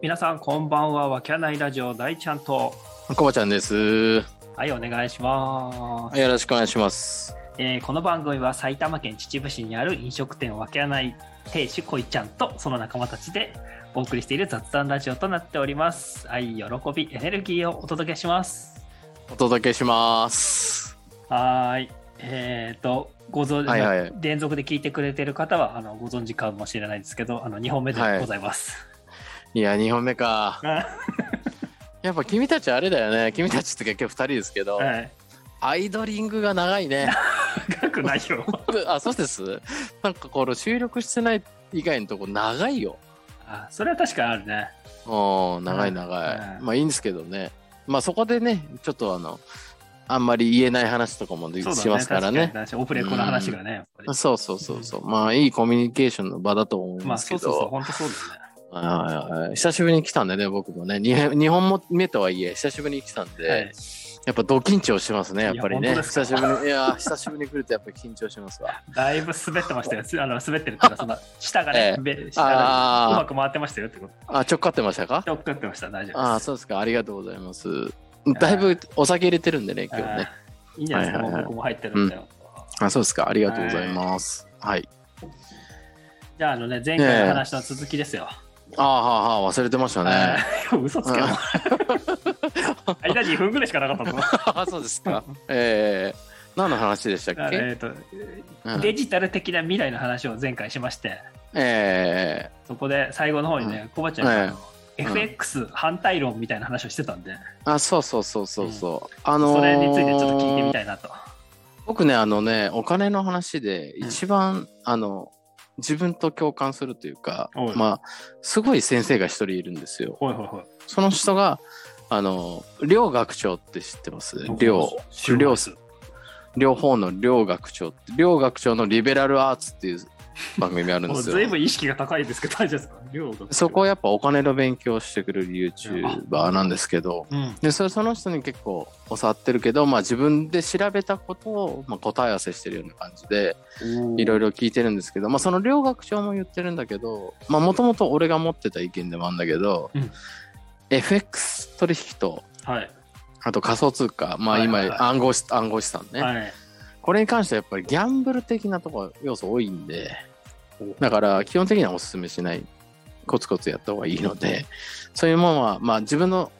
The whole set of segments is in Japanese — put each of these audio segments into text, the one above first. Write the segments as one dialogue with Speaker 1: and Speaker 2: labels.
Speaker 1: 皆さんこんばんは。わきゃないラジオ大ちゃんと。
Speaker 2: コバちゃんです。
Speaker 1: はい、お願いします。
Speaker 2: よろしくお願いします。
Speaker 1: えーこの番組は埼玉県秩父市にある飲食店わけはない亭主こいちゃんとその仲間たちでお送りしている雑談ラジオとなっております。愛、喜び、エネルギーをお届けします。
Speaker 2: お届けします。
Speaker 1: はーい。えっ、と、ご存知、
Speaker 2: はいはい
Speaker 1: 連続で聞いてくれてる方はあのご存知かもしれないですけど、あの2本目ではいございます。
Speaker 2: いや、2本目か。
Speaker 1: は
Speaker 2: やっぱ君たちあれだよね。君たちって結局2人ですけど、
Speaker 1: い。
Speaker 2: アイドリングが長いね。
Speaker 1: 長くないよ。
Speaker 2: あ、そうです。なんかこの収録してない以外のとこ長いよ。
Speaker 1: あ、それは確かにあるね。
Speaker 2: うん、長
Speaker 1: う
Speaker 2: い
Speaker 1: ん
Speaker 2: 長い。
Speaker 1: うん
Speaker 2: まあいいんですけどね。まあそこでね、ちょっとあの、あんまり言えない話とかもで
Speaker 1: そうだね
Speaker 2: しますから
Speaker 1: 確。に
Speaker 2: ね
Speaker 1: 確かにオフレコの話がね、やっぱり。
Speaker 2: そうそうそうそう。まあいいコミュニケーションの場だと思い
Speaker 1: まあ、
Speaker 2: ます
Speaker 1: そ
Speaker 2: け
Speaker 1: うそうそう、
Speaker 2: ど。
Speaker 1: 本当そうですね。
Speaker 2: はいはいはい久しぶりに来たんでね、僕もね、に日本も目とはいえ、久しぶりに来たんで、
Speaker 1: はい
Speaker 2: やっぱド緊張しますね、やっぱり
Speaker 1: いや
Speaker 2: ね。
Speaker 1: 本当ですか
Speaker 2: 久しぶりに、いやー、久しぶりに来るとやっぱり緊張します わ。
Speaker 1: だいぶ滑ってましたよ。つあの滑ってるっていうのは、その下がね
Speaker 2: え、え
Speaker 1: べ下がうま
Speaker 2: あ
Speaker 1: く回ってましたよってこと。
Speaker 2: ーあ、ちょっかってましたか
Speaker 1: ちょっと食ってました、大丈
Speaker 2: あ
Speaker 1: 夫
Speaker 2: ー
Speaker 1: です。
Speaker 2: そうですか、ありがとうございます。だいぶお酒入れてるんでね、今日ね。
Speaker 1: あーいいんじゃないですか、
Speaker 2: はいはいはい
Speaker 1: もう僕も入ってるんだよ。
Speaker 2: あそうですか、ありがとうございます。はい。
Speaker 1: じゃあ、あのね、前回の話の続きですよ。
Speaker 2: ああ、はあ、はあ、忘れてました
Speaker 1: あ
Speaker 2: ね。
Speaker 1: ー嘘つけ よ。間2分ぐらいしかなか ったぞ。
Speaker 2: あそうですか。ええ何の話でした
Speaker 1: だか
Speaker 2: っ
Speaker 1: ら
Speaker 2: け、
Speaker 1: えっと
Speaker 2: うん
Speaker 1: デジタル的な未来の話を前回しまして、
Speaker 2: え
Speaker 1: そこで最後の方にね、コバちゃんがあの
Speaker 2: ええ
Speaker 1: FX 反対論みたいな話をしてたんで、
Speaker 2: ーあ、そうそうそうそうそう。あのー
Speaker 1: それについてちょっと聞いてみたいなと。
Speaker 2: 僕ねあのねお金の話で
Speaker 1: うん
Speaker 2: 一番、あの自分と共感するというか
Speaker 1: おい
Speaker 2: まあすごい先生が一人いるんですよ
Speaker 1: ほいほいほい。
Speaker 2: その人があの両学長って知ってます両両
Speaker 1: す。
Speaker 2: 両方の両学長って両学長のリベラルアーツっていう番組ある ん
Speaker 1: も
Speaker 2: で
Speaker 1: う
Speaker 2: す
Speaker 1: ずい
Speaker 2: よ
Speaker 1: ぶん意識が高いですけど、大丈夫ですか量が
Speaker 2: そこはやっぱお金の勉強をしてくれる YouTuber なんですけど
Speaker 1: うん。
Speaker 2: でそれその人に結構教わってるけど、まあ、自分で調べたことを、まあ、答え合わせしてるような感じでいろいろ聞いてるんですけど、まあ、その両学長も言ってるんだけどもともと俺が持ってた意見でもあるんだけど、
Speaker 1: うん
Speaker 2: FX 取引と
Speaker 1: はい。
Speaker 2: あと仮想通貨まあ
Speaker 1: はい
Speaker 2: 今
Speaker 1: はいはい
Speaker 2: 暗号資暗号資産ね、
Speaker 1: はい。
Speaker 2: これに関してはやっぱりギャンブル的なとこ要素多いんで
Speaker 1: お
Speaker 2: だから基本的にはおすすめしないコツコツやった方がいいのでそういうものは、まあ、自分の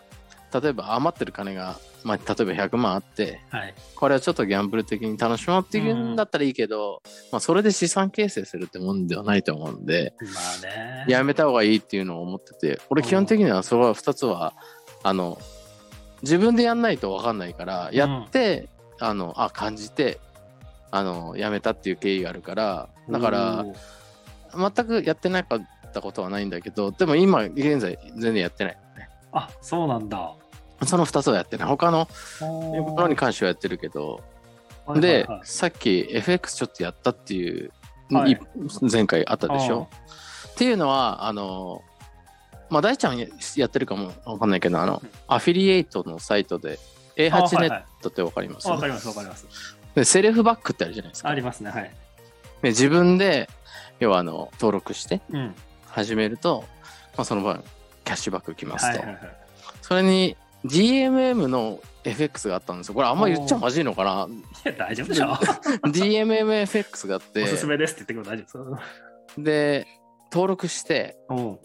Speaker 2: 例えば余ってる金が、まあ、例えば100万あって
Speaker 1: はい。
Speaker 2: これはちょっとギャンブル的に楽しもうっていうんだったらいいけど、まあ、それで資産形成するってもんではないと思うんで、
Speaker 1: まあね。
Speaker 2: やめた方がいいっていうのを思ってて俺基本的にはそれは2つはあの自分でやんないと分かんないからやって、あのあ感じてあのやめたっていう経緯があるからだから
Speaker 1: おー、
Speaker 2: 全くやってなかったことはないんだけどでも今現在全然やってない。
Speaker 1: あそうなんだ。
Speaker 2: その2つはやってない他のものに関してはやってるけどで、
Speaker 1: はいはいはい
Speaker 2: さっき FX ちょっとやったっていう、
Speaker 1: はい
Speaker 2: い前回あったでしょっていうのはあのまあ大ちゃんややってるかもわかんないけどあの
Speaker 1: うん
Speaker 2: アフィリエイトのサイトで
Speaker 1: あはい
Speaker 2: A8
Speaker 1: は
Speaker 2: ネ
Speaker 1: い
Speaker 2: ットってわかります、
Speaker 1: わかります、わかります。
Speaker 2: でセルフバックってあるじゃないですか
Speaker 1: ありますね、はい。
Speaker 2: で自分で要はあの登録して
Speaker 1: うん。
Speaker 2: 始めると、まあ、その分キャッシュバックきます
Speaker 1: はい
Speaker 2: と、
Speaker 1: はいはい。
Speaker 2: それに GMM の FX があったんですよこれあんま言っちゃまずいのかない
Speaker 1: や、大丈夫でしょ。
Speaker 2: DMMFX があって
Speaker 1: おすすめですって言ってくれ大丈夫です。
Speaker 2: で登録して
Speaker 1: うん。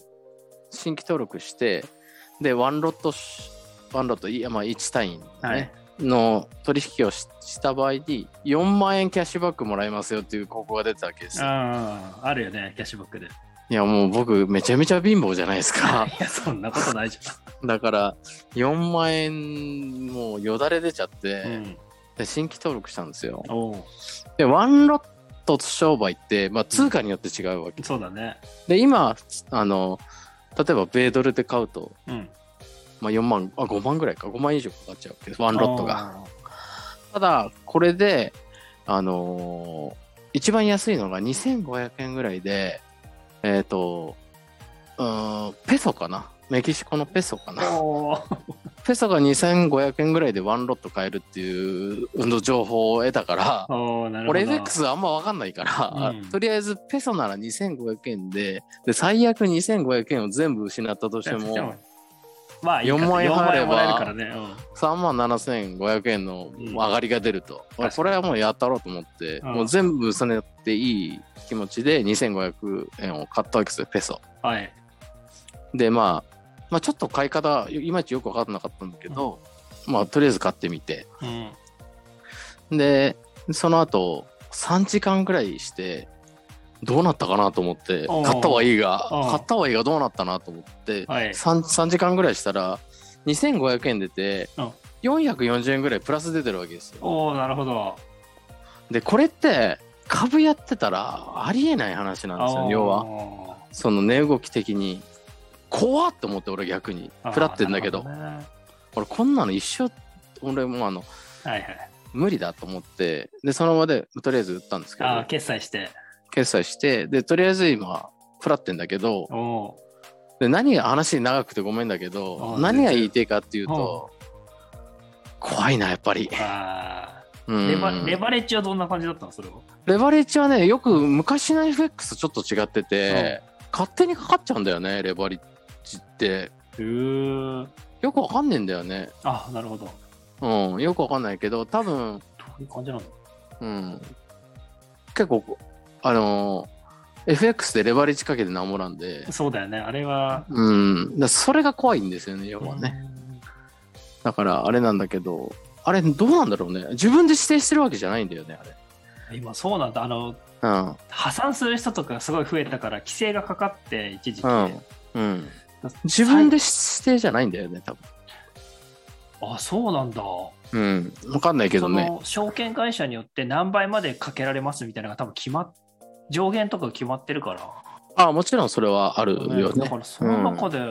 Speaker 2: 新規登録してでワンロットしワンロットいやまあ1単位、ね
Speaker 1: はい
Speaker 2: の取引をしした場合に4万円キャッシュバックもらえますよっていう広告が出てたわけですよ
Speaker 1: あーあるよね、キャッシュバックで。い
Speaker 2: いやもう僕めちゃめちゃ貧乏じゃないですか
Speaker 1: や、そんなことないじ
Speaker 2: だから4万円もうよだれ出ちゃって、
Speaker 1: ゃん。うん。
Speaker 2: で新規登録したんですよ
Speaker 1: おー
Speaker 2: でワンロット商売って、まあ、通貨によって違うわけ、
Speaker 1: そうだね。
Speaker 2: で今あの例えば米ドルで買うと
Speaker 1: うん。
Speaker 2: まあ、4万あ5万ぐらいか5万以上かかっちゃうわけですワンロットが
Speaker 1: あ
Speaker 2: ただこれであのー一番安いのが2500円ぐらいでえっ、とうーんペソかなメキシコのペソか
Speaker 1: ー。
Speaker 2: な
Speaker 1: おー
Speaker 2: ペソが2500円ぐらいでワンロット買えるっていう運動情報を得たから、
Speaker 1: おーなるほど。
Speaker 2: 俺 FX あんま分かんないから、
Speaker 1: うん
Speaker 2: とりあえずペソなら2500円でで最悪2500円を全部失ったとして
Speaker 1: いや
Speaker 2: も、
Speaker 1: まあいいか、
Speaker 2: 4万円払え
Speaker 1: 4
Speaker 2: ば
Speaker 1: 万もらえるからね。うん
Speaker 2: 3万7500円の
Speaker 1: うん
Speaker 2: 上がりが出ると、
Speaker 1: かに
Speaker 2: これはもうやったろうと思って、
Speaker 1: うん
Speaker 2: もう全部そねっていい気持ちで2500円を買ったわけですよペソ
Speaker 1: はい。
Speaker 2: で、まあ、まあちょっと買い方いまいちよく分かんなかったんだけど、まあとりあえず買ってみて
Speaker 1: うん。
Speaker 2: でその後3時間ぐらいしてどうなったかなと思って
Speaker 1: おう
Speaker 2: 買ったはいいが
Speaker 1: おう
Speaker 2: 買ったはいいがどうなったなと思って
Speaker 1: はい。
Speaker 2: 3, 3時間ぐらいしたら2500円出て
Speaker 1: うん
Speaker 2: 440円ぐらいプラス出てるわけですよ。
Speaker 1: おおなるほど。
Speaker 2: でこれって株やってたらありえない話なんですよ要は
Speaker 1: は。
Speaker 2: その値動き的に怖っと思って俺逆に
Speaker 1: あー
Speaker 2: 食らってんだけど
Speaker 1: なるほね
Speaker 2: 俺こんなの一生俺もうあの
Speaker 1: はいはい。
Speaker 2: 無理だと思ってでその場でとりあえず売ったんですけど
Speaker 1: ああ、決済して。
Speaker 2: 決済してでとりあえず今食らってんだけど
Speaker 1: おお
Speaker 2: で何が話長くてごめんだけど
Speaker 1: あー
Speaker 2: 何が言いてえかっていうと怖いなやっぱり
Speaker 1: ー。あ
Speaker 2: う
Speaker 1: ー
Speaker 2: ん
Speaker 1: レバレバレッジはどんな感じだったのそれは。
Speaker 2: レバレッジはねよく昔の FX とちょっと違ってて勝手にかかっちゃうんだよねレバレッジって
Speaker 1: うー。
Speaker 2: よくわかんねえんだよね
Speaker 1: あなるほど。ど
Speaker 2: うんよくわかんないけど多分
Speaker 1: ういう感じなの
Speaker 2: うん結構あのー FX でレバレッジかけてなんぼなんで
Speaker 1: そうだよね。あれは。
Speaker 2: うんだからそれが怖いんですよね要はね
Speaker 1: うん
Speaker 2: だからあれなんだけどあれどうなんだろうね自分で指定してるわけじゃないんだよね
Speaker 1: 今そうなんだ。あの、
Speaker 2: あ
Speaker 1: 破産する人とかすごい増えたから、規制がかかって、一時期。
Speaker 2: うんれうんうん
Speaker 1: だ
Speaker 2: 自分で指定じゃないんだよね多分
Speaker 1: あそうなんだ。
Speaker 2: うん分かんないけどね
Speaker 1: その証券会社によって何倍までかけられますみたいなのが多分決まっ上限とか決まってるから、
Speaker 2: あもちろんそれはあるよ
Speaker 1: だ
Speaker 2: ね
Speaker 1: からその中で、例え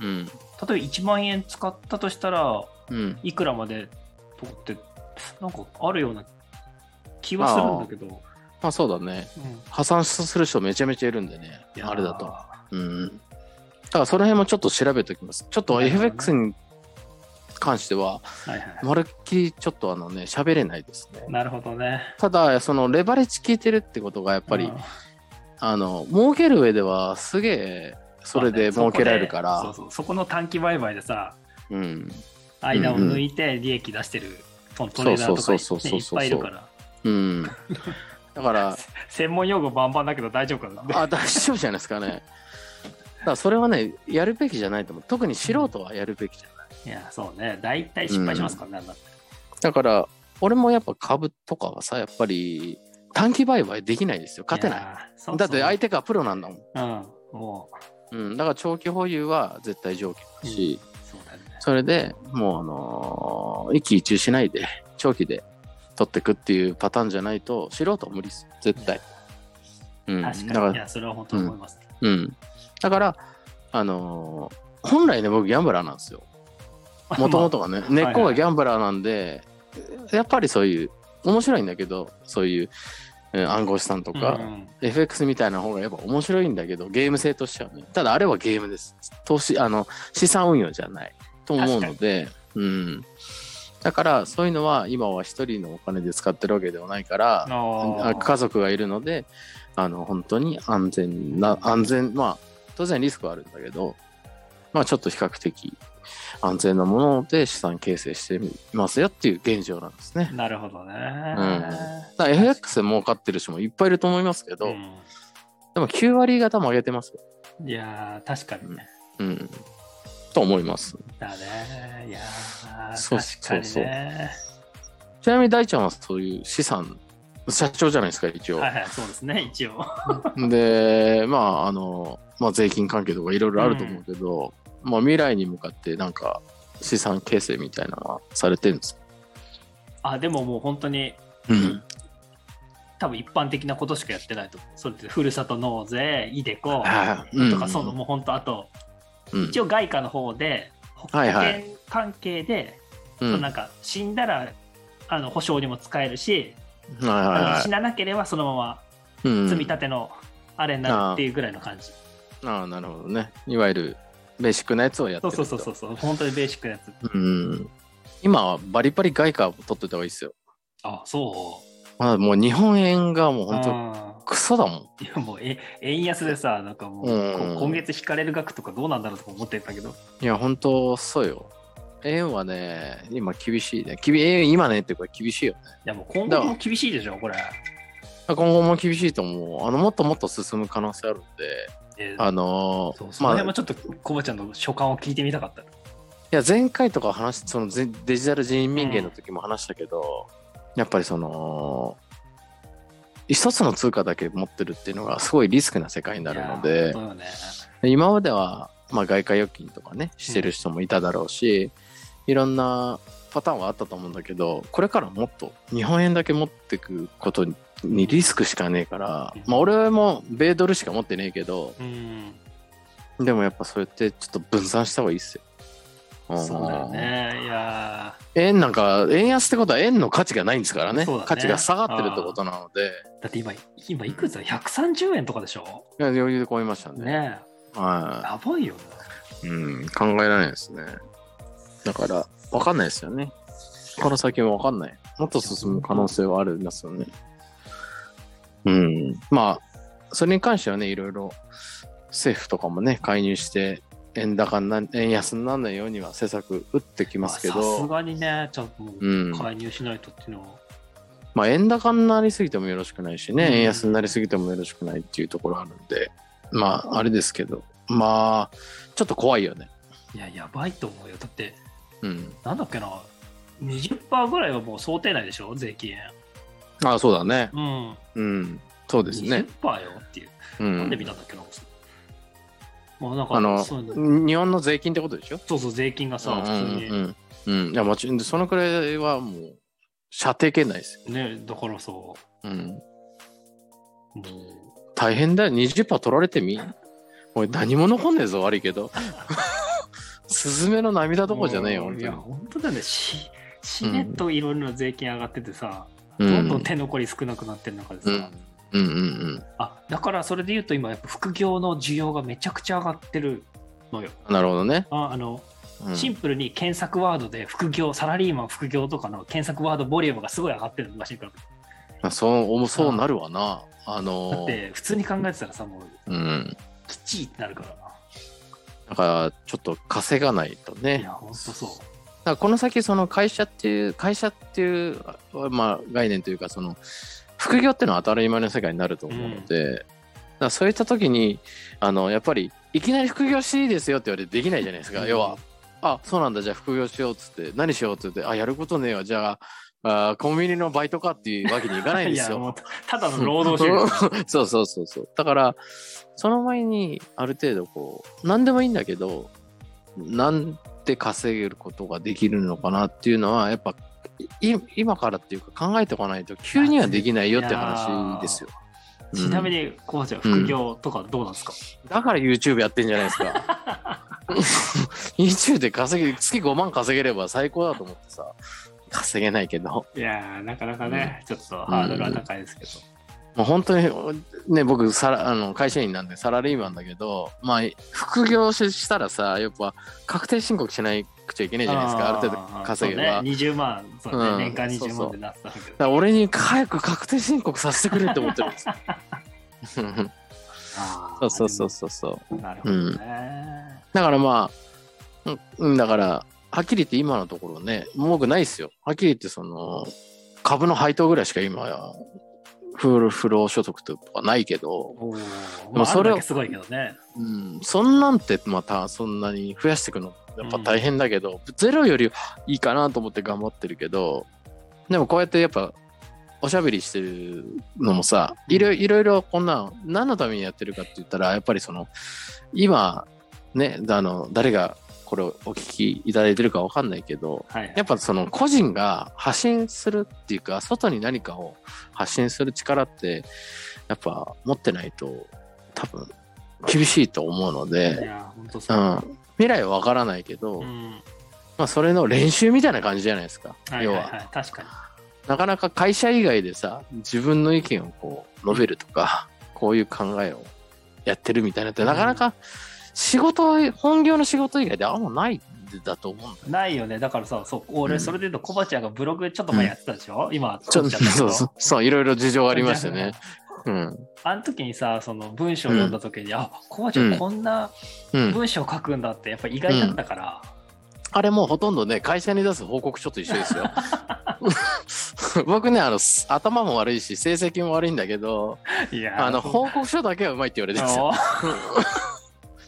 Speaker 2: うん
Speaker 1: ば1万円使ったとしたら
Speaker 2: うん
Speaker 1: いくらまでとかってなんかあるような気はするんだけど、
Speaker 2: まあそうだね
Speaker 1: うん
Speaker 2: 破産する人めちゃめちゃいるんでね
Speaker 1: いやー
Speaker 2: あれだとうんだからその辺もちょっと調べておきますちょっと
Speaker 1: なるほどね
Speaker 2: FX に関しては
Speaker 1: はいはい
Speaker 2: まるっきりちょっとあのね喋れないですね
Speaker 1: なるほどねやった
Speaker 2: だそのレバレッジ効いてるってことがやっぱり、あの儲ける上ではすげえそれで儲けられるから、
Speaker 1: そうそうそこの短期売買でさ
Speaker 2: うん
Speaker 1: 間を抜いて利益出してる、トトレーダーとか
Speaker 2: そう
Speaker 1: ね
Speaker 2: そうそう
Speaker 1: いっ
Speaker 2: そうそう
Speaker 1: ぱいいるから
Speaker 2: うんだから
Speaker 1: 専門用語バンバンだけど大丈夫かな
Speaker 2: あ大丈夫じゃないです かねだからそれはねやるべきじゃないと思う特に素人はやるべきじゃない
Speaker 1: いや、そうね。大体失敗しますからね、あんなの
Speaker 2: だから俺もやっぱ株とかはさやっぱり短期売買できないですよ勝てない
Speaker 1: やそうそう
Speaker 2: だって相手がプロなんだもん、
Speaker 1: うん、も
Speaker 2: うん、だから長期保有は絶対条件だし、
Speaker 1: う、そうだね。
Speaker 2: それでもうあのー一喜一憂しないで長期で取ってくっていうパターンじゃないと素人は無理です絶対、うん、
Speaker 1: 確
Speaker 2: だ
Speaker 1: か
Speaker 2: か
Speaker 1: に。い
Speaker 2: ら
Speaker 1: や、それは本当に思います。
Speaker 2: うんだからあのー本来ね僕ギャンブラーなんですよもともとがね、根っこがギャンブラーなんで、やっぱりそういう面白いんだけどそういう、うん暗号資産と
Speaker 1: ま
Speaker 2: か、
Speaker 1: あ うんうん
Speaker 2: FX みたいな方がやっぱ面白いんだけどゲーム性としてはねただあれはゲームです投資あの資産運用じゃないと思うのでうんだからそういうのは今は一人のお金で使ってるわけではないから
Speaker 1: あ
Speaker 2: あ家族がいるのであの本当に安全な安全まあ当然リスクはあるんだけどまあちょっと比較的安全なもので資産形成してますよっていう現状なんですね
Speaker 1: なるほどね。
Speaker 2: だから FX で儲かってる人もいっぱいいると思いますけど、
Speaker 1: う
Speaker 2: でも9割方も上げてますよ。
Speaker 1: んいやー、確かにね。
Speaker 2: うん。と思います。
Speaker 1: だね。いや
Speaker 2: そう
Speaker 1: ー、確
Speaker 2: そ
Speaker 1: か
Speaker 2: う
Speaker 1: に
Speaker 2: そう
Speaker 1: ね。
Speaker 2: ちなみに大ちゃんはそういう資産、社長じゃないですか、一応。
Speaker 1: はいはい、そうですね、一応。
Speaker 2: で、まあ、あの、まあ、税金関係とかいろいろあると思うけど、まあ、未来に向かってなんか資産形成みたいなのはされてるんですか
Speaker 1: あ、でももう本当に、
Speaker 2: うん。
Speaker 1: 多分一般的なことしかやってないと思う。それで、ふるさと納税、イデコ
Speaker 2: はいうん
Speaker 1: とか、その、もう本当、あと、
Speaker 2: うん
Speaker 1: 一応外貨の方で保険
Speaker 2: はいはい
Speaker 1: 関係で、
Speaker 2: う
Speaker 1: そ
Speaker 2: ん
Speaker 1: のなんか死んだらあの保証にも使えるし、
Speaker 2: はいはい
Speaker 1: あの
Speaker 2: は
Speaker 1: 死ななければそのまま
Speaker 2: いうん
Speaker 1: 積み立てのあれになるっていうぐらいの感じ、
Speaker 2: ああ、なるほどね。いわゆるベーシックなやつをやって
Speaker 1: そう
Speaker 2: る
Speaker 1: そうそうそうそう本当にベーシックなやつ
Speaker 2: うん今はバリバリ外貨を取っといた方がいいですよ
Speaker 1: あそう
Speaker 2: まあもう日本円がもう本
Speaker 1: 当
Speaker 2: 当クソだもん
Speaker 1: いやもうえ円安でさなんかもう、
Speaker 2: うん
Speaker 1: こ今月引かれる額とかどうなんだろうとか思ってたけど
Speaker 2: いや本当そうよ円はね今厳しいねきび円今ねってこれ厳しいよね
Speaker 1: いやもう今
Speaker 2: だ
Speaker 1: 後も厳しいでしょこれ、
Speaker 2: 今後も厳しいと思うあのもっともっと進む可能性あるんで
Speaker 1: えー
Speaker 2: あのー
Speaker 1: そうその
Speaker 2: まあ
Speaker 1: 辺もちょっとコバちゃんの所感を聞いてみたかった
Speaker 2: いや前回とか話しそのぜデジタル人民元の時も話したけど、やっぱりその一つの通貨だけ持ってるっていうのがすごいリスクな世界になるの
Speaker 1: い
Speaker 2: で
Speaker 1: やーそうよね
Speaker 2: 今までは、まあ、外貨預金とかねしてる人もいただろうし、いろんなパターンはあったと思うんだけどこれからもっと日本円だけ持ってくことにリスクしかねえから、まあ、俺も米ドルしか持ってねえけど
Speaker 1: うん
Speaker 2: でもやっぱそれってちょっと分散した方がいいっすよ。
Speaker 1: そうだよねいや
Speaker 2: 円なんか円安ってことは円の価値がないんですからね
Speaker 1: そうだね
Speaker 2: 価値が下がってるってことなので
Speaker 1: ーだって今今いくつだ130円とかでしょ
Speaker 2: いや余裕で超えましたね
Speaker 1: ねえ
Speaker 2: は
Speaker 1: やばいよね
Speaker 2: い、うん、考えられないですねだから分かんないですよねこの先も分かんないもっと進む可能性はあるんですよねうんまあそれに関してはねいろいろ政府とかもね介入して円高にな円安にならないようには施策打ってきますけ
Speaker 1: まあさす
Speaker 2: ど、
Speaker 1: がにねちょっともう
Speaker 2: うん、
Speaker 1: 介入しないとっていうのは、
Speaker 2: まあ、円高になりすぎてもよろしくないしね、
Speaker 1: うん
Speaker 2: 円安になりすぎてもよろしくないっていうところあるんで、まあ、あれですけど、まあ、ちょっと怖いよね。
Speaker 1: いややばいと思うよだって
Speaker 2: うん。
Speaker 1: なんだっけな20%ぐらいはもう想定内でしょ税金
Speaker 2: ああ、そうだね。
Speaker 1: うん
Speaker 2: うん。そうですね。
Speaker 1: 20%よっていう、
Speaker 2: う
Speaker 1: なんで見
Speaker 2: ん。
Speaker 1: たんだっけなまあなんか
Speaker 2: あの
Speaker 1: そういうの
Speaker 2: 日本の税金ってことでしょ
Speaker 1: そうそう税金がさ、
Speaker 2: うん
Speaker 1: 普通に、
Speaker 2: うんうん。うん。いや、もちろん、そのくらいはもう、射程圏内ですよ。
Speaker 1: ねだからさも
Speaker 2: うん。
Speaker 1: う
Speaker 2: 大変だよ。20%取られてみ。おい、何も残んねえぞ、悪いけ ど。 スズメの涙どころじゃねえよ、
Speaker 1: うん
Speaker 2: 本
Speaker 1: いや
Speaker 2: 当
Speaker 1: 本当だねししれっといろいろ税金上がっててさ、
Speaker 2: に。
Speaker 1: どんどん手残り少なくなってる中でさ、
Speaker 2: うん。うんうんうん。
Speaker 1: あだからそれで言うと今やっぱ副業の需要がめちゃくちゃ上がってるのよ
Speaker 2: なるほどね。
Speaker 1: ああの
Speaker 2: うん
Speaker 1: シンプルに検索ワードで副業、サラリーマン副業とかの検索ワードボリュームがすごい上がってるらしいから。
Speaker 2: あそう、おもそうなるわな。あ
Speaker 1: だっ
Speaker 2: の、
Speaker 1: て、普通に考えてたらさ、もう、
Speaker 2: うん。
Speaker 1: きっちりってなるから
Speaker 2: だから、ちょっと稼がないと
Speaker 1: な。い
Speaker 2: ね。
Speaker 1: や、ほんとそう。
Speaker 2: だからこの先、その会社っていう、会社っていう、あまあ、概念というか、その、副業っていうのは当たり前の世界になると思うので、だからそういった時に、あの、やっぱり、いきなり副業していいですよって言われてできないじゃないですか。要は、あ、そうなんだ、じゃあ副業しようっつって、何しようっつって、あ、やることねえわ、じゃあ、あコンビニのバイトかっていうわけにいかないん
Speaker 1: い
Speaker 2: です
Speaker 1: や、
Speaker 2: よ。
Speaker 1: もう、ただの労働者。
Speaker 2: そうそうそうそう。だから、その前に、ある程度こう、何でもいいんだけど、なんで稼げることができるのかなっていうのは、やっぱ、い今からっていうか考えておかないと、急にはできないよって話ですよ。うん
Speaker 1: ちなみに、こうちゃん、副業とかどうなんですか、
Speaker 2: だから YouTube やってんじゃないですか。YouTube で稼ぎ、月5万稼げれば最高だと思ってさ、稼げないけど。
Speaker 1: いやー、なかなかね、ちょっとハードルは高いですけど。
Speaker 2: もう本当にね僕サラあの会社員なんでサラリーマンだけどまあ副業ししたらさやっぱ確定申告しなくちゃいけないじゃないですかある程度稼げば、
Speaker 1: そうね、20万、そうね
Speaker 2: うん
Speaker 1: 年間20
Speaker 2: そうそ
Speaker 1: 万
Speaker 2: う
Speaker 1: でなってたんだけど。
Speaker 2: だから俺に早く確定申告させてくれって思ってるんですよ
Speaker 1: あー
Speaker 2: そうそうそうそうそう
Speaker 1: なるほどね。
Speaker 2: だからまあうんだからはっきり言って今のところねもう多くないですよはっきり言ってその株の配当ぐらいしか今不不労所得とかないけど、
Speaker 1: おー
Speaker 2: ま
Speaker 1: ま
Speaker 2: あ
Speaker 1: あ、
Speaker 2: そ
Speaker 1: そ
Speaker 2: れ
Speaker 1: れ
Speaker 2: を
Speaker 1: だけすごいけどね。
Speaker 2: うん、そんなんてまたそんなに増やしていくのやっぱ大変だけど、ゼロよりいいかなと思って頑張ってるけどでもこうやってやっぱおしゃべりしてるのもさいろいろいろこんな何のためにやってるかって言ったらやっぱりその今ねあの誰がこれをお聞きいただいてるかわかんないけど
Speaker 1: はいはい。
Speaker 2: やっぱその個人が発信するっていうか外に何かを発信する力ってやっぱ持ってないと多分厳しいと思うの
Speaker 1: い
Speaker 2: で、
Speaker 1: やー、ほんと
Speaker 2: う
Speaker 1: そう。
Speaker 2: ん、未来は分からないけど、
Speaker 1: うん
Speaker 2: まあ、それの練習みたいな感じじゃないですか、
Speaker 1: はい
Speaker 2: 要
Speaker 1: はい
Speaker 2: は
Speaker 1: はい、確かに。
Speaker 2: なかなか会社以外でさ自分の意見をこう述べるとかこういう考えをやってるみたいなってなかなか仕事、本業の仕事以外であんまないだと思うんだよ。
Speaker 1: ないよね。だからさ、そう、
Speaker 2: う
Speaker 1: 俺、
Speaker 2: ん
Speaker 1: それで言うと、コバちゃんがブログちょっと前やってたでしょ、今、
Speaker 2: ちょ
Speaker 1: コ
Speaker 2: っ
Speaker 1: バ
Speaker 2: と、
Speaker 1: ちゃんだけ
Speaker 2: そ
Speaker 1: ど
Speaker 2: うそう、 そう、いろいろ事情ありました よね。うん。
Speaker 1: あの時にさ、その文章を読んだ時に、あ、コバちゃん
Speaker 2: うん
Speaker 1: こんな
Speaker 2: うん。
Speaker 1: 文章書くんだって、やっぱ意外だったから、
Speaker 2: あれもうほとんどね、会社に出す報告書と一緒 ですよ。僕ね、あの、す頭も悪いし、成績も悪いんだけど、
Speaker 1: いやー
Speaker 2: あの、
Speaker 1: そう
Speaker 2: 報告書だけはうまいって言われてるんですよ。
Speaker 1: あ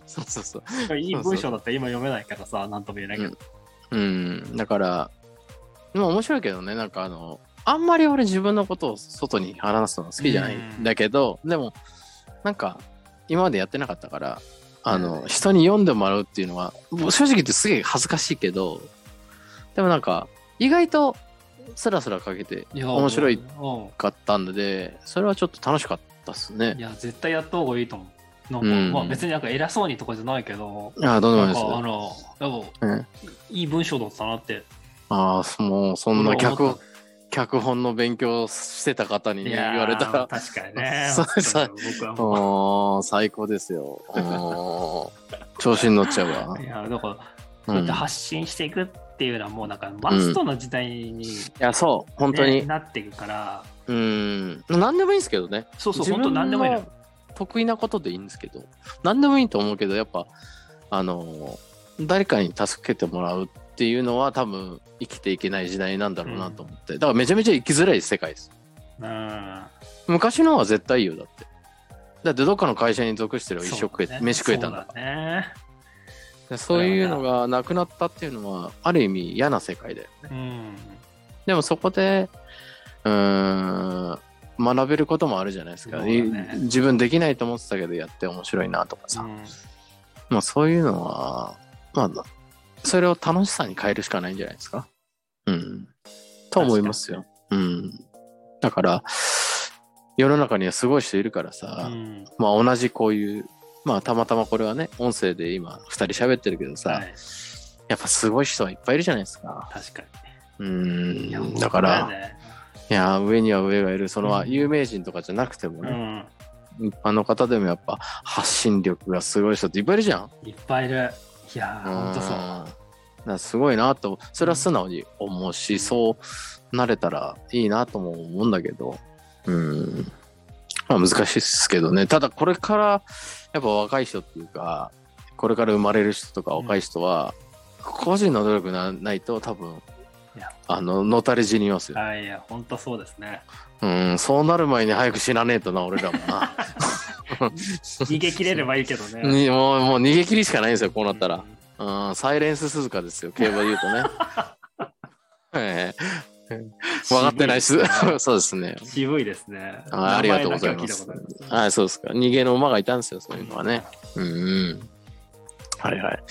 Speaker 2: そうそうそう。
Speaker 1: のいい文章だったら今読めないからさ、なんとも言えないけど。
Speaker 2: うん、だから、でも面白いけどね、なんかあの、あんまり俺自分のことを外に話すの好きじゃない
Speaker 1: うん
Speaker 2: んだけど、でも、なんか、今までやってなかったから、あの、人に読んでもらうっていうのは、もう正直言ってすげえ恥ずかしいけど、でもなんか、意外と、スラスラかけて
Speaker 1: いや
Speaker 2: 面白い
Speaker 1: うん
Speaker 2: 買ったんで、それはちょっと楽しかったっすね
Speaker 1: い。や、絶対やった方がいいと思う。なんか、
Speaker 2: うん
Speaker 1: まあ別になんか偉そうにとかじゃないけど、
Speaker 2: ああ、どうでも
Speaker 1: ないん
Speaker 2: い
Speaker 1: か
Speaker 2: です。
Speaker 1: あの、なんか
Speaker 2: うん
Speaker 1: いい文章だったなって。
Speaker 2: ああ、もうそんな
Speaker 1: 俺は思
Speaker 2: 脚
Speaker 1: っ
Speaker 2: 脚本の勉強してた方に
Speaker 1: たい
Speaker 2: ね
Speaker 1: やー
Speaker 2: 言われたら、
Speaker 1: 確かにね。
Speaker 2: そうそう
Speaker 1: 僕はもう
Speaker 2: おー最高ですよ。おー調子に乗っちゃ うわ。
Speaker 1: いや、だから、
Speaker 2: う
Speaker 1: そうや
Speaker 2: ん
Speaker 1: って発信していくっていうのはもうなんかマストの時代に、ね
Speaker 2: いや、そう、本当に。
Speaker 1: なっていくから、
Speaker 2: うん。何でもいいんですけどね。
Speaker 1: そうそう、
Speaker 2: 自
Speaker 1: 本当
Speaker 2: 分
Speaker 1: 何でもいいのよ
Speaker 2: の。得意なことでいいんですけど、何でもいいと思うけど、やっぱ、あのー、誰かに助けてもらうっていうのは多分生きていけない時代なんだろうなと思って。だからめちゃめちゃ生きづらい世界です。
Speaker 1: うん。
Speaker 2: 昔のは絶対いいよ、だって。だってどっかの会社に属してる一生食え、
Speaker 1: そうだね
Speaker 2: 飯食えたんだから
Speaker 1: そうだね。
Speaker 2: でそういうのがなくなったっていうのはある意味嫌な世界だよね
Speaker 1: うん。
Speaker 2: でもそこでうーん学べることもあるじゃないですか、
Speaker 1: そうだね
Speaker 2: い自分できないと思ってたけどやって面白いなとかさ、
Speaker 1: うん
Speaker 2: まあそういうのはまあそれを楽しさに変えるしかないんじゃないですかうんと思いますよ、うんだから世の中にはすごい人いるからさ、
Speaker 1: うん
Speaker 2: まあ同じこういうまあたまたまこれはね音声で今2人喋ってるけどさ、
Speaker 1: はい
Speaker 2: やっぱすごい人はいっぱいいるじゃないですか。
Speaker 1: 確か
Speaker 2: う
Speaker 1: に。いや
Speaker 2: ん。だから、
Speaker 1: 本当だよね
Speaker 2: いや、上には上がいる、その、
Speaker 1: うん
Speaker 2: 有名人とかじゃなくて
Speaker 1: う
Speaker 2: もね、
Speaker 1: ん。
Speaker 2: 一般の方でもやっぱ発信力がすごい人っていっぱいいるじゃん。
Speaker 1: いっぱいいる。いやー、ほんとそうう。
Speaker 2: んだからすごいなと、それは素直に思うし、そうなれたらいいなとも思うんだけど、うん。まあ難しいですけどね。ただこれから、やっぱ若い人っていうか、これから生まれる人とか若い人は、個人の努力なないと多分
Speaker 1: いや、
Speaker 2: あの、のたれ死にますよ。
Speaker 1: はい、いや、ほんとそうですね。
Speaker 2: うん、そうなる前に早く死なねえとな、俺らも な。
Speaker 1: 逃げ切れればいいけどね。
Speaker 2: にもう、もう逃げ切りしかないんですよ、こう
Speaker 1: う
Speaker 2: なったら。
Speaker 1: ん。
Speaker 2: うん、サイレンス鈴鹿ですよ、競馬で言う とね。ええ分かってないです。 そうですね。
Speaker 1: 渋いですね。
Speaker 2: はいありがとうございます
Speaker 1: 名前だけは聞いたことある
Speaker 2: はい、そうですか。逃げの馬がいたんですよ、そういうのはね。。うん、うん。はいはい。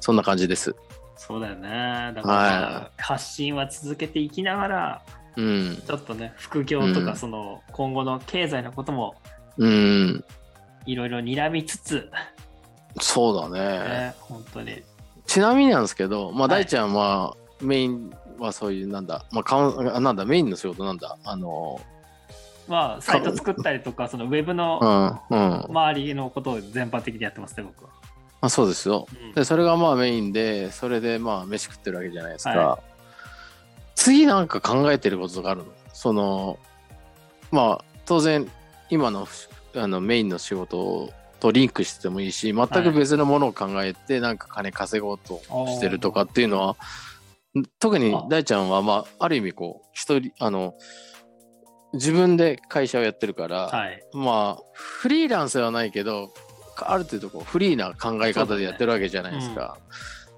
Speaker 2: そんな感じです。
Speaker 1: そうだよね。だから、発信は続けていきながら、
Speaker 2: うん。
Speaker 1: ちょっとね、副業と
Speaker 2: う
Speaker 1: か、
Speaker 2: ん
Speaker 1: その、今後の経済のことも、
Speaker 2: うん。
Speaker 1: いろいろ睨みつつ、
Speaker 2: そうだね。
Speaker 1: ね、本当に。
Speaker 2: ちなみになんですけど、まあ、
Speaker 1: はい
Speaker 2: 大ちゃんは、メインはそういう、なんだ、まあ、カウンあなんだ、メインの仕事なんだ。あの、
Speaker 1: まあ、サイト作ったりとか、その、ウェブ
Speaker 2: う
Speaker 1: の
Speaker 2: ん、うん。
Speaker 1: 周りのことを全般的にやってますね、僕は。
Speaker 2: あそうですよ。
Speaker 1: うん
Speaker 2: でそれがまあメインでそれでまあ飯食ってるわけじゃないですか、
Speaker 1: は
Speaker 2: 次なんか考えてることがあるのそのまあ当然今のあのメインの仕事とリンクしててもいいし全く別のものを考えてなんか金稼ごうとしてるとかっていうのは、特に大ちゃんはまあある意味こう一人あの自分で会社をやってるから、
Speaker 1: はい。
Speaker 2: まあフリーランスではないけどある程度こうフリーな考え方でやってるわけじゃないですか。だか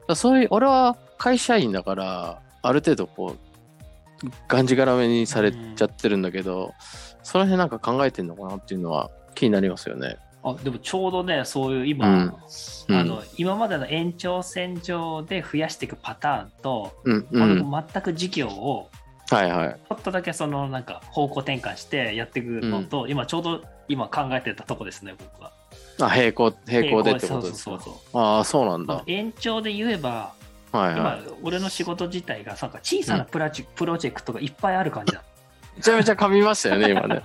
Speaker 2: らそういう俺は会社員だからある程度こうがんじがらめにされちゃってるんだけど、その辺なんか考えてんのかなっていうのは気になりますよね。
Speaker 1: あでもちょうどね、そういう今、
Speaker 2: うんうん
Speaker 1: あの今までの延長線上で増やしていくパターンと、
Speaker 2: うんう
Speaker 1: これ
Speaker 2: ん、
Speaker 1: も全く事業を
Speaker 2: はいはい。
Speaker 1: ちょっとだけそのなんか方向転換してやっていくのと、今ちょうど今考えてたとこですね、僕は。
Speaker 2: あ並行並行でってことです
Speaker 1: そうそう
Speaker 2: か。
Speaker 1: そう
Speaker 2: ああそうなん
Speaker 1: そう。
Speaker 2: だ。
Speaker 1: 延長で言えば、
Speaker 2: はい
Speaker 1: 今、
Speaker 2: は
Speaker 1: 俺の仕事自体が、なんか小さなプラチ、プロジェクトがいっぱいある感じだ。
Speaker 2: い。めちゃめちゃ噛みましたよね今ね。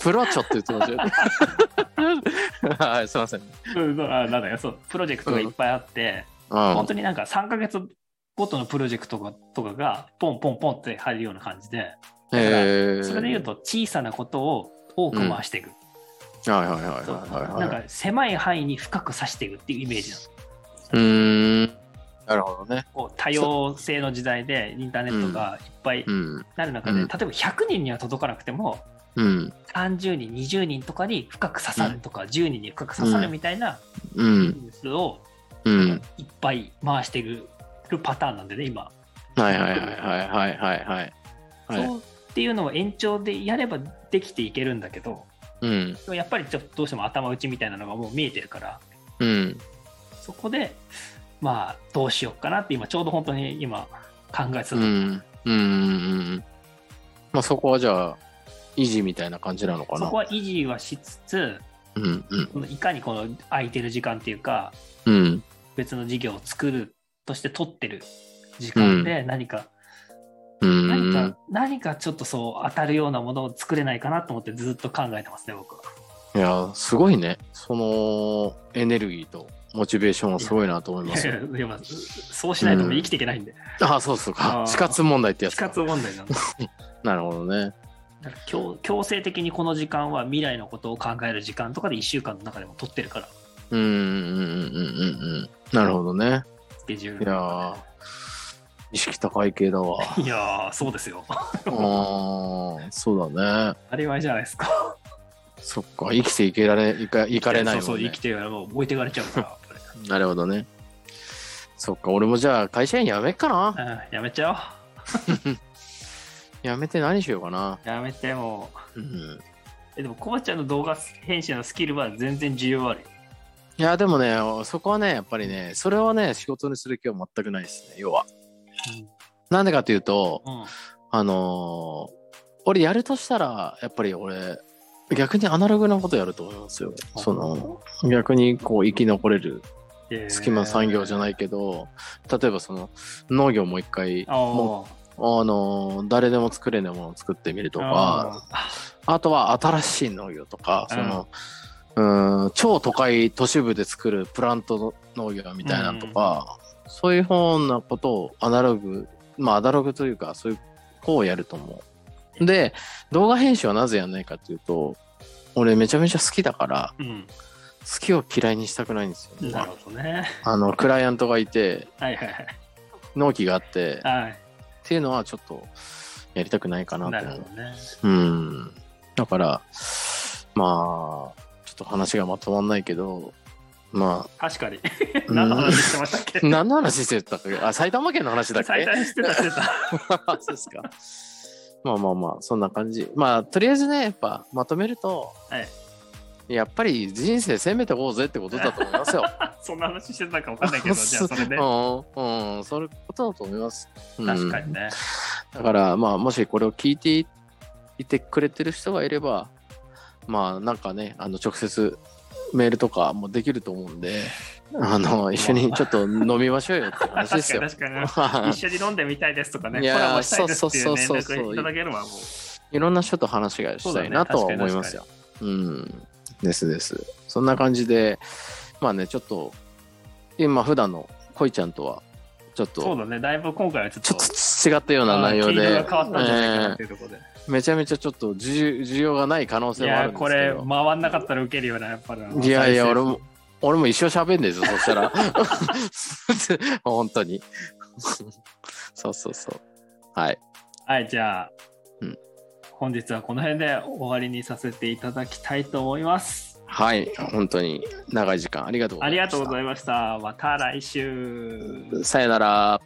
Speaker 2: プロチョって言ってましたよね。 はい、すいません。
Speaker 1: うんそうあなんだよそうプロジェクトがいっぱいあって、
Speaker 2: うん
Speaker 1: 本当になんか3ヶ月ごとのプロジェクトがとかがポンポンポンって入るような感じで
Speaker 2: えー
Speaker 1: それで言うと小さなことを多く回していく、
Speaker 2: はいはいはいはい
Speaker 1: そう
Speaker 2: はい
Speaker 1: なん
Speaker 2: は
Speaker 1: か
Speaker 2: い。
Speaker 1: 狭い範囲に深く刺していくっていうイメージなの
Speaker 2: うーん。なるほどね。
Speaker 1: こう多様性の時代でインターネットがいっぱい
Speaker 2: うん。
Speaker 1: なる中で、
Speaker 2: う
Speaker 1: 例え
Speaker 2: ん
Speaker 1: ば100人には届かなくても
Speaker 2: うん。
Speaker 1: 30人20人とかに深く刺さるとか、10人に深く刺さるみたいな
Speaker 2: う
Speaker 1: ニ
Speaker 2: ん。
Speaker 1: ュースを
Speaker 2: うん。
Speaker 1: いっぱい回してるパターンなんでね今、
Speaker 2: はいはいはいはいはいはいはい。はい。
Speaker 1: そうっていうのを延長でやればできていけるんだけど
Speaker 2: うん。
Speaker 1: でもやっぱりちょっとどうしても頭打ちみたいなのがもう見えてるから
Speaker 2: うん。
Speaker 1: そこでまあどうしようかなって今ちょうど本当に今考えてた、
Speaker 2: うん。うん。うん。まあそこはじゃあ、維持みたいな感じなのか
Speaker 1: そ
Speaker 2: な
Speaker 1: こ。は維持はしつつ
Speaker 2: うん。うん。
Speaker 1: このいかにこの空いてる時間っていうか
Speaker 2: うん。
Speaker 1: 別の事業を作るとして取ってる時間で何か、
Speaker 2: うん。
Speaker 1: 何か、何かちょっとそう当たるようなものを作れないかなと思ってずっと考えてますね、僕は。
Speaker 2: いや、すごいね。そのエネルギーとモチベーションはすごいなと思いますよ。
Speaker 1: いやまあそうしないともう生きていけないんで、
Speaker 2: ああ、そうそう
Speaker 1: あ
Speaker 2: か。
Speaker 1: ー
Speaker 2: 死活問題ってや
Speaker 1: 死
Speaker 2: つ。
Speaker 1: 活問 題なんで。
Speaker 2: なるほどね。
Speaker 1: だから強強制的にこの時間は未来のことを考える時間とかで1週間の中でも取ってるから、
Speaker 2: うんうんうんうんうんうん。なるほどね。
Speaker 1: スケジュー
Speaker 2: い
Speaker 1: ル
Speaker 2: や
Speaker 1: の
Speaker 2: ー意識高い系だわ。
Speaker 1: 中で。いやー、そうですよ。
Speaker 2: ああ、そうだね。
Speaker 1: 当たり前じゃないですか。
Speaker 2: そっか。生きていけられ、いかいかれないもん、ね、
Speaker 1: そうそう、生きてるからもう置いてかれちゃうからやっ
Speaker 2: なるほどね。そっか。俺もじゃあ会社員辞めっかな。
Speaker 1: ぱ り。うんやめちゃおう。
Speaker 2: 辞めて何しようかな。
Speaker 1: やめてもう。
Speaker 2: うん。
Speaker 1: えでも、コバちゃんの動画編集のスキルは全然需要あるよ。
Speaker 2: いや、でもね、そこはね、やっぱりね、それをね、仕事にする気は全くないですね。要は。なんでかというと、
Speaker 1: うん。うん。
Speaker 2: あのー俺やるとしたら、やっぱり俺、逆にアナログなことやると思いますよ。その、逆にこう生き残れる隙間産業じゃないいけど、例えばその農業も一回、
Speaker 1: あー
Speaker 2: あのー誰でも作れないものを作ってみるとか、
Speaker 1: あ
Speaker 2: あとは新しい農業とか、
Speaker 1: うん
Speaker 2: その、うーん、超都会都市部で作るプラントの農業みたいなのとか、そういうようなことをアナログ、まあアナログというか、そういう方をやると思う。で、動画編集はなぜやんないかというと、俺めちゃめちゃ好きだから、
Speaker 1: ーうん。
Speaker 2: 好きを嫌いにしたくないんですよ。
Speaker 1: なるほどね。
Speaker 2: あの、クライアントがいて、
Speaker 1: はいはい
Speaker 2: 納期があって、っ
Speaker 1: はい。はい。
Speaker 2: ていうのはちょっとやりたくないかな
Speaker 1: な
Speaker 2: と
Speaker 1: る
Speaker 2: 思う
Speaker 1: ほ。どね。
Speaker 2: うん。だから、まあ、ちょっと話がまとまんないけど、 ま
Speaker 1: 確かに。
Speaker 2: うん
Speaker 1: 何の話してましたっけ
Speaker 2: あ、何の話してたかあ、埼玉県 の話だっ
Speaker 1: 最
Speaker 2: け
Speaker 1: 大してたしてた。
Speaker 2: そうですか。まあまあまあ、そんな感じ。まあ、とりあえずね、やっぱまとめると、
Speaker 1: はい
Speaker 2: やっぱり人生攻めてこうぜってことだと 思いますよ。
Speaker 1: そんな話してたか分かんないけど、じゃあそれで。
Speaker 2: うん、うん、そういうことだと思います。うん
Speaker 1: 確かにね。
Speaker 2: だから、まあ、もしこれを聞いていてくれてる人がいれば、まあ、なんかね、あの直接メールとかもできると思うんで、あの一緒にちょっと飲みましょうよって話ですよ。
Speaker 1: 確かに確かに。一緒に飲んでみたいですとかね、
Speaker 2: い
Speaker 1: コ
Speaker 2: やー
Speaker 1: ラボしたいですっていう連
Speaker 2: そうそうそ
Speaker 1: 絡
Speaker 2: うそう
Speaker 1: いただけるわ、もう。
Speaker 2: いろんな人と話がしたいなとは思いますよ。うん。ですです。そんな感じで、まあね、ちょっと、今、普段の恋ちゃんとは、ちょっ
Speaker 1: そう
Speaker 2: と、
Speaker 1: だね、だいぶ今回はちょっ
Speaker 2: ち
Speaker 1: と
Speaker 2: ょ。っと違ったような内容
Speaker 1: あー毛
Speaker 2: で
Speaker 1: 色、が変わったんじゃないかなっ
Speaker 2: え
Speaker 1: ていうところで。
Speaker 2: ーめちゃめちゃちょっと需需要がない可能
Speaker 1: い
Speaker 2: 性もあ
Speaker 1: やー、
Speaker 2: るんです
Speaker 1: こ
Speaker 2: けど。
Speaker 1: れ、回んなかったらウケるよな、やっぱり。
Speaker 2: いやい
Speaker 1: 再
Speaker 2: や、
Speaker 1: 生
Speaker 2: 俺も、俺も一生喋んねえぞ、そしたら。 本当に。そうそうそう。はい。
Speaker 1: はい、じゃあ、
Speaker 2: うん
Speaker 1: 本日はこの辺で終わりにさせていただきたいと思います。
Speaker 2: はい。本当に、長い時間ありがとうござ
Speaker 1: あ
Speaker 2: いま
Speaker 1: り
Speaker 2: した。
Speaker 1: がとうございました。また来週。
Speaker 2: さよなら。